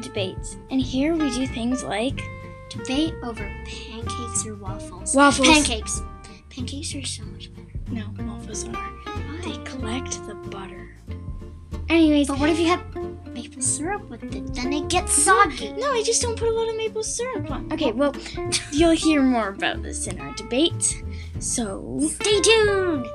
debates, and here we do things like Debate over pancakes or waffles. waffles. Pancakes. Pancakes are so much better. No, waffles are. They Why? collect the butter. Anyways, but what if you have maple syrup with it? Then it gets soggy. No, I just don't put a lot of maple syrup on. Okay, well, you'll hear more about this in our debate. So. Stay tuned.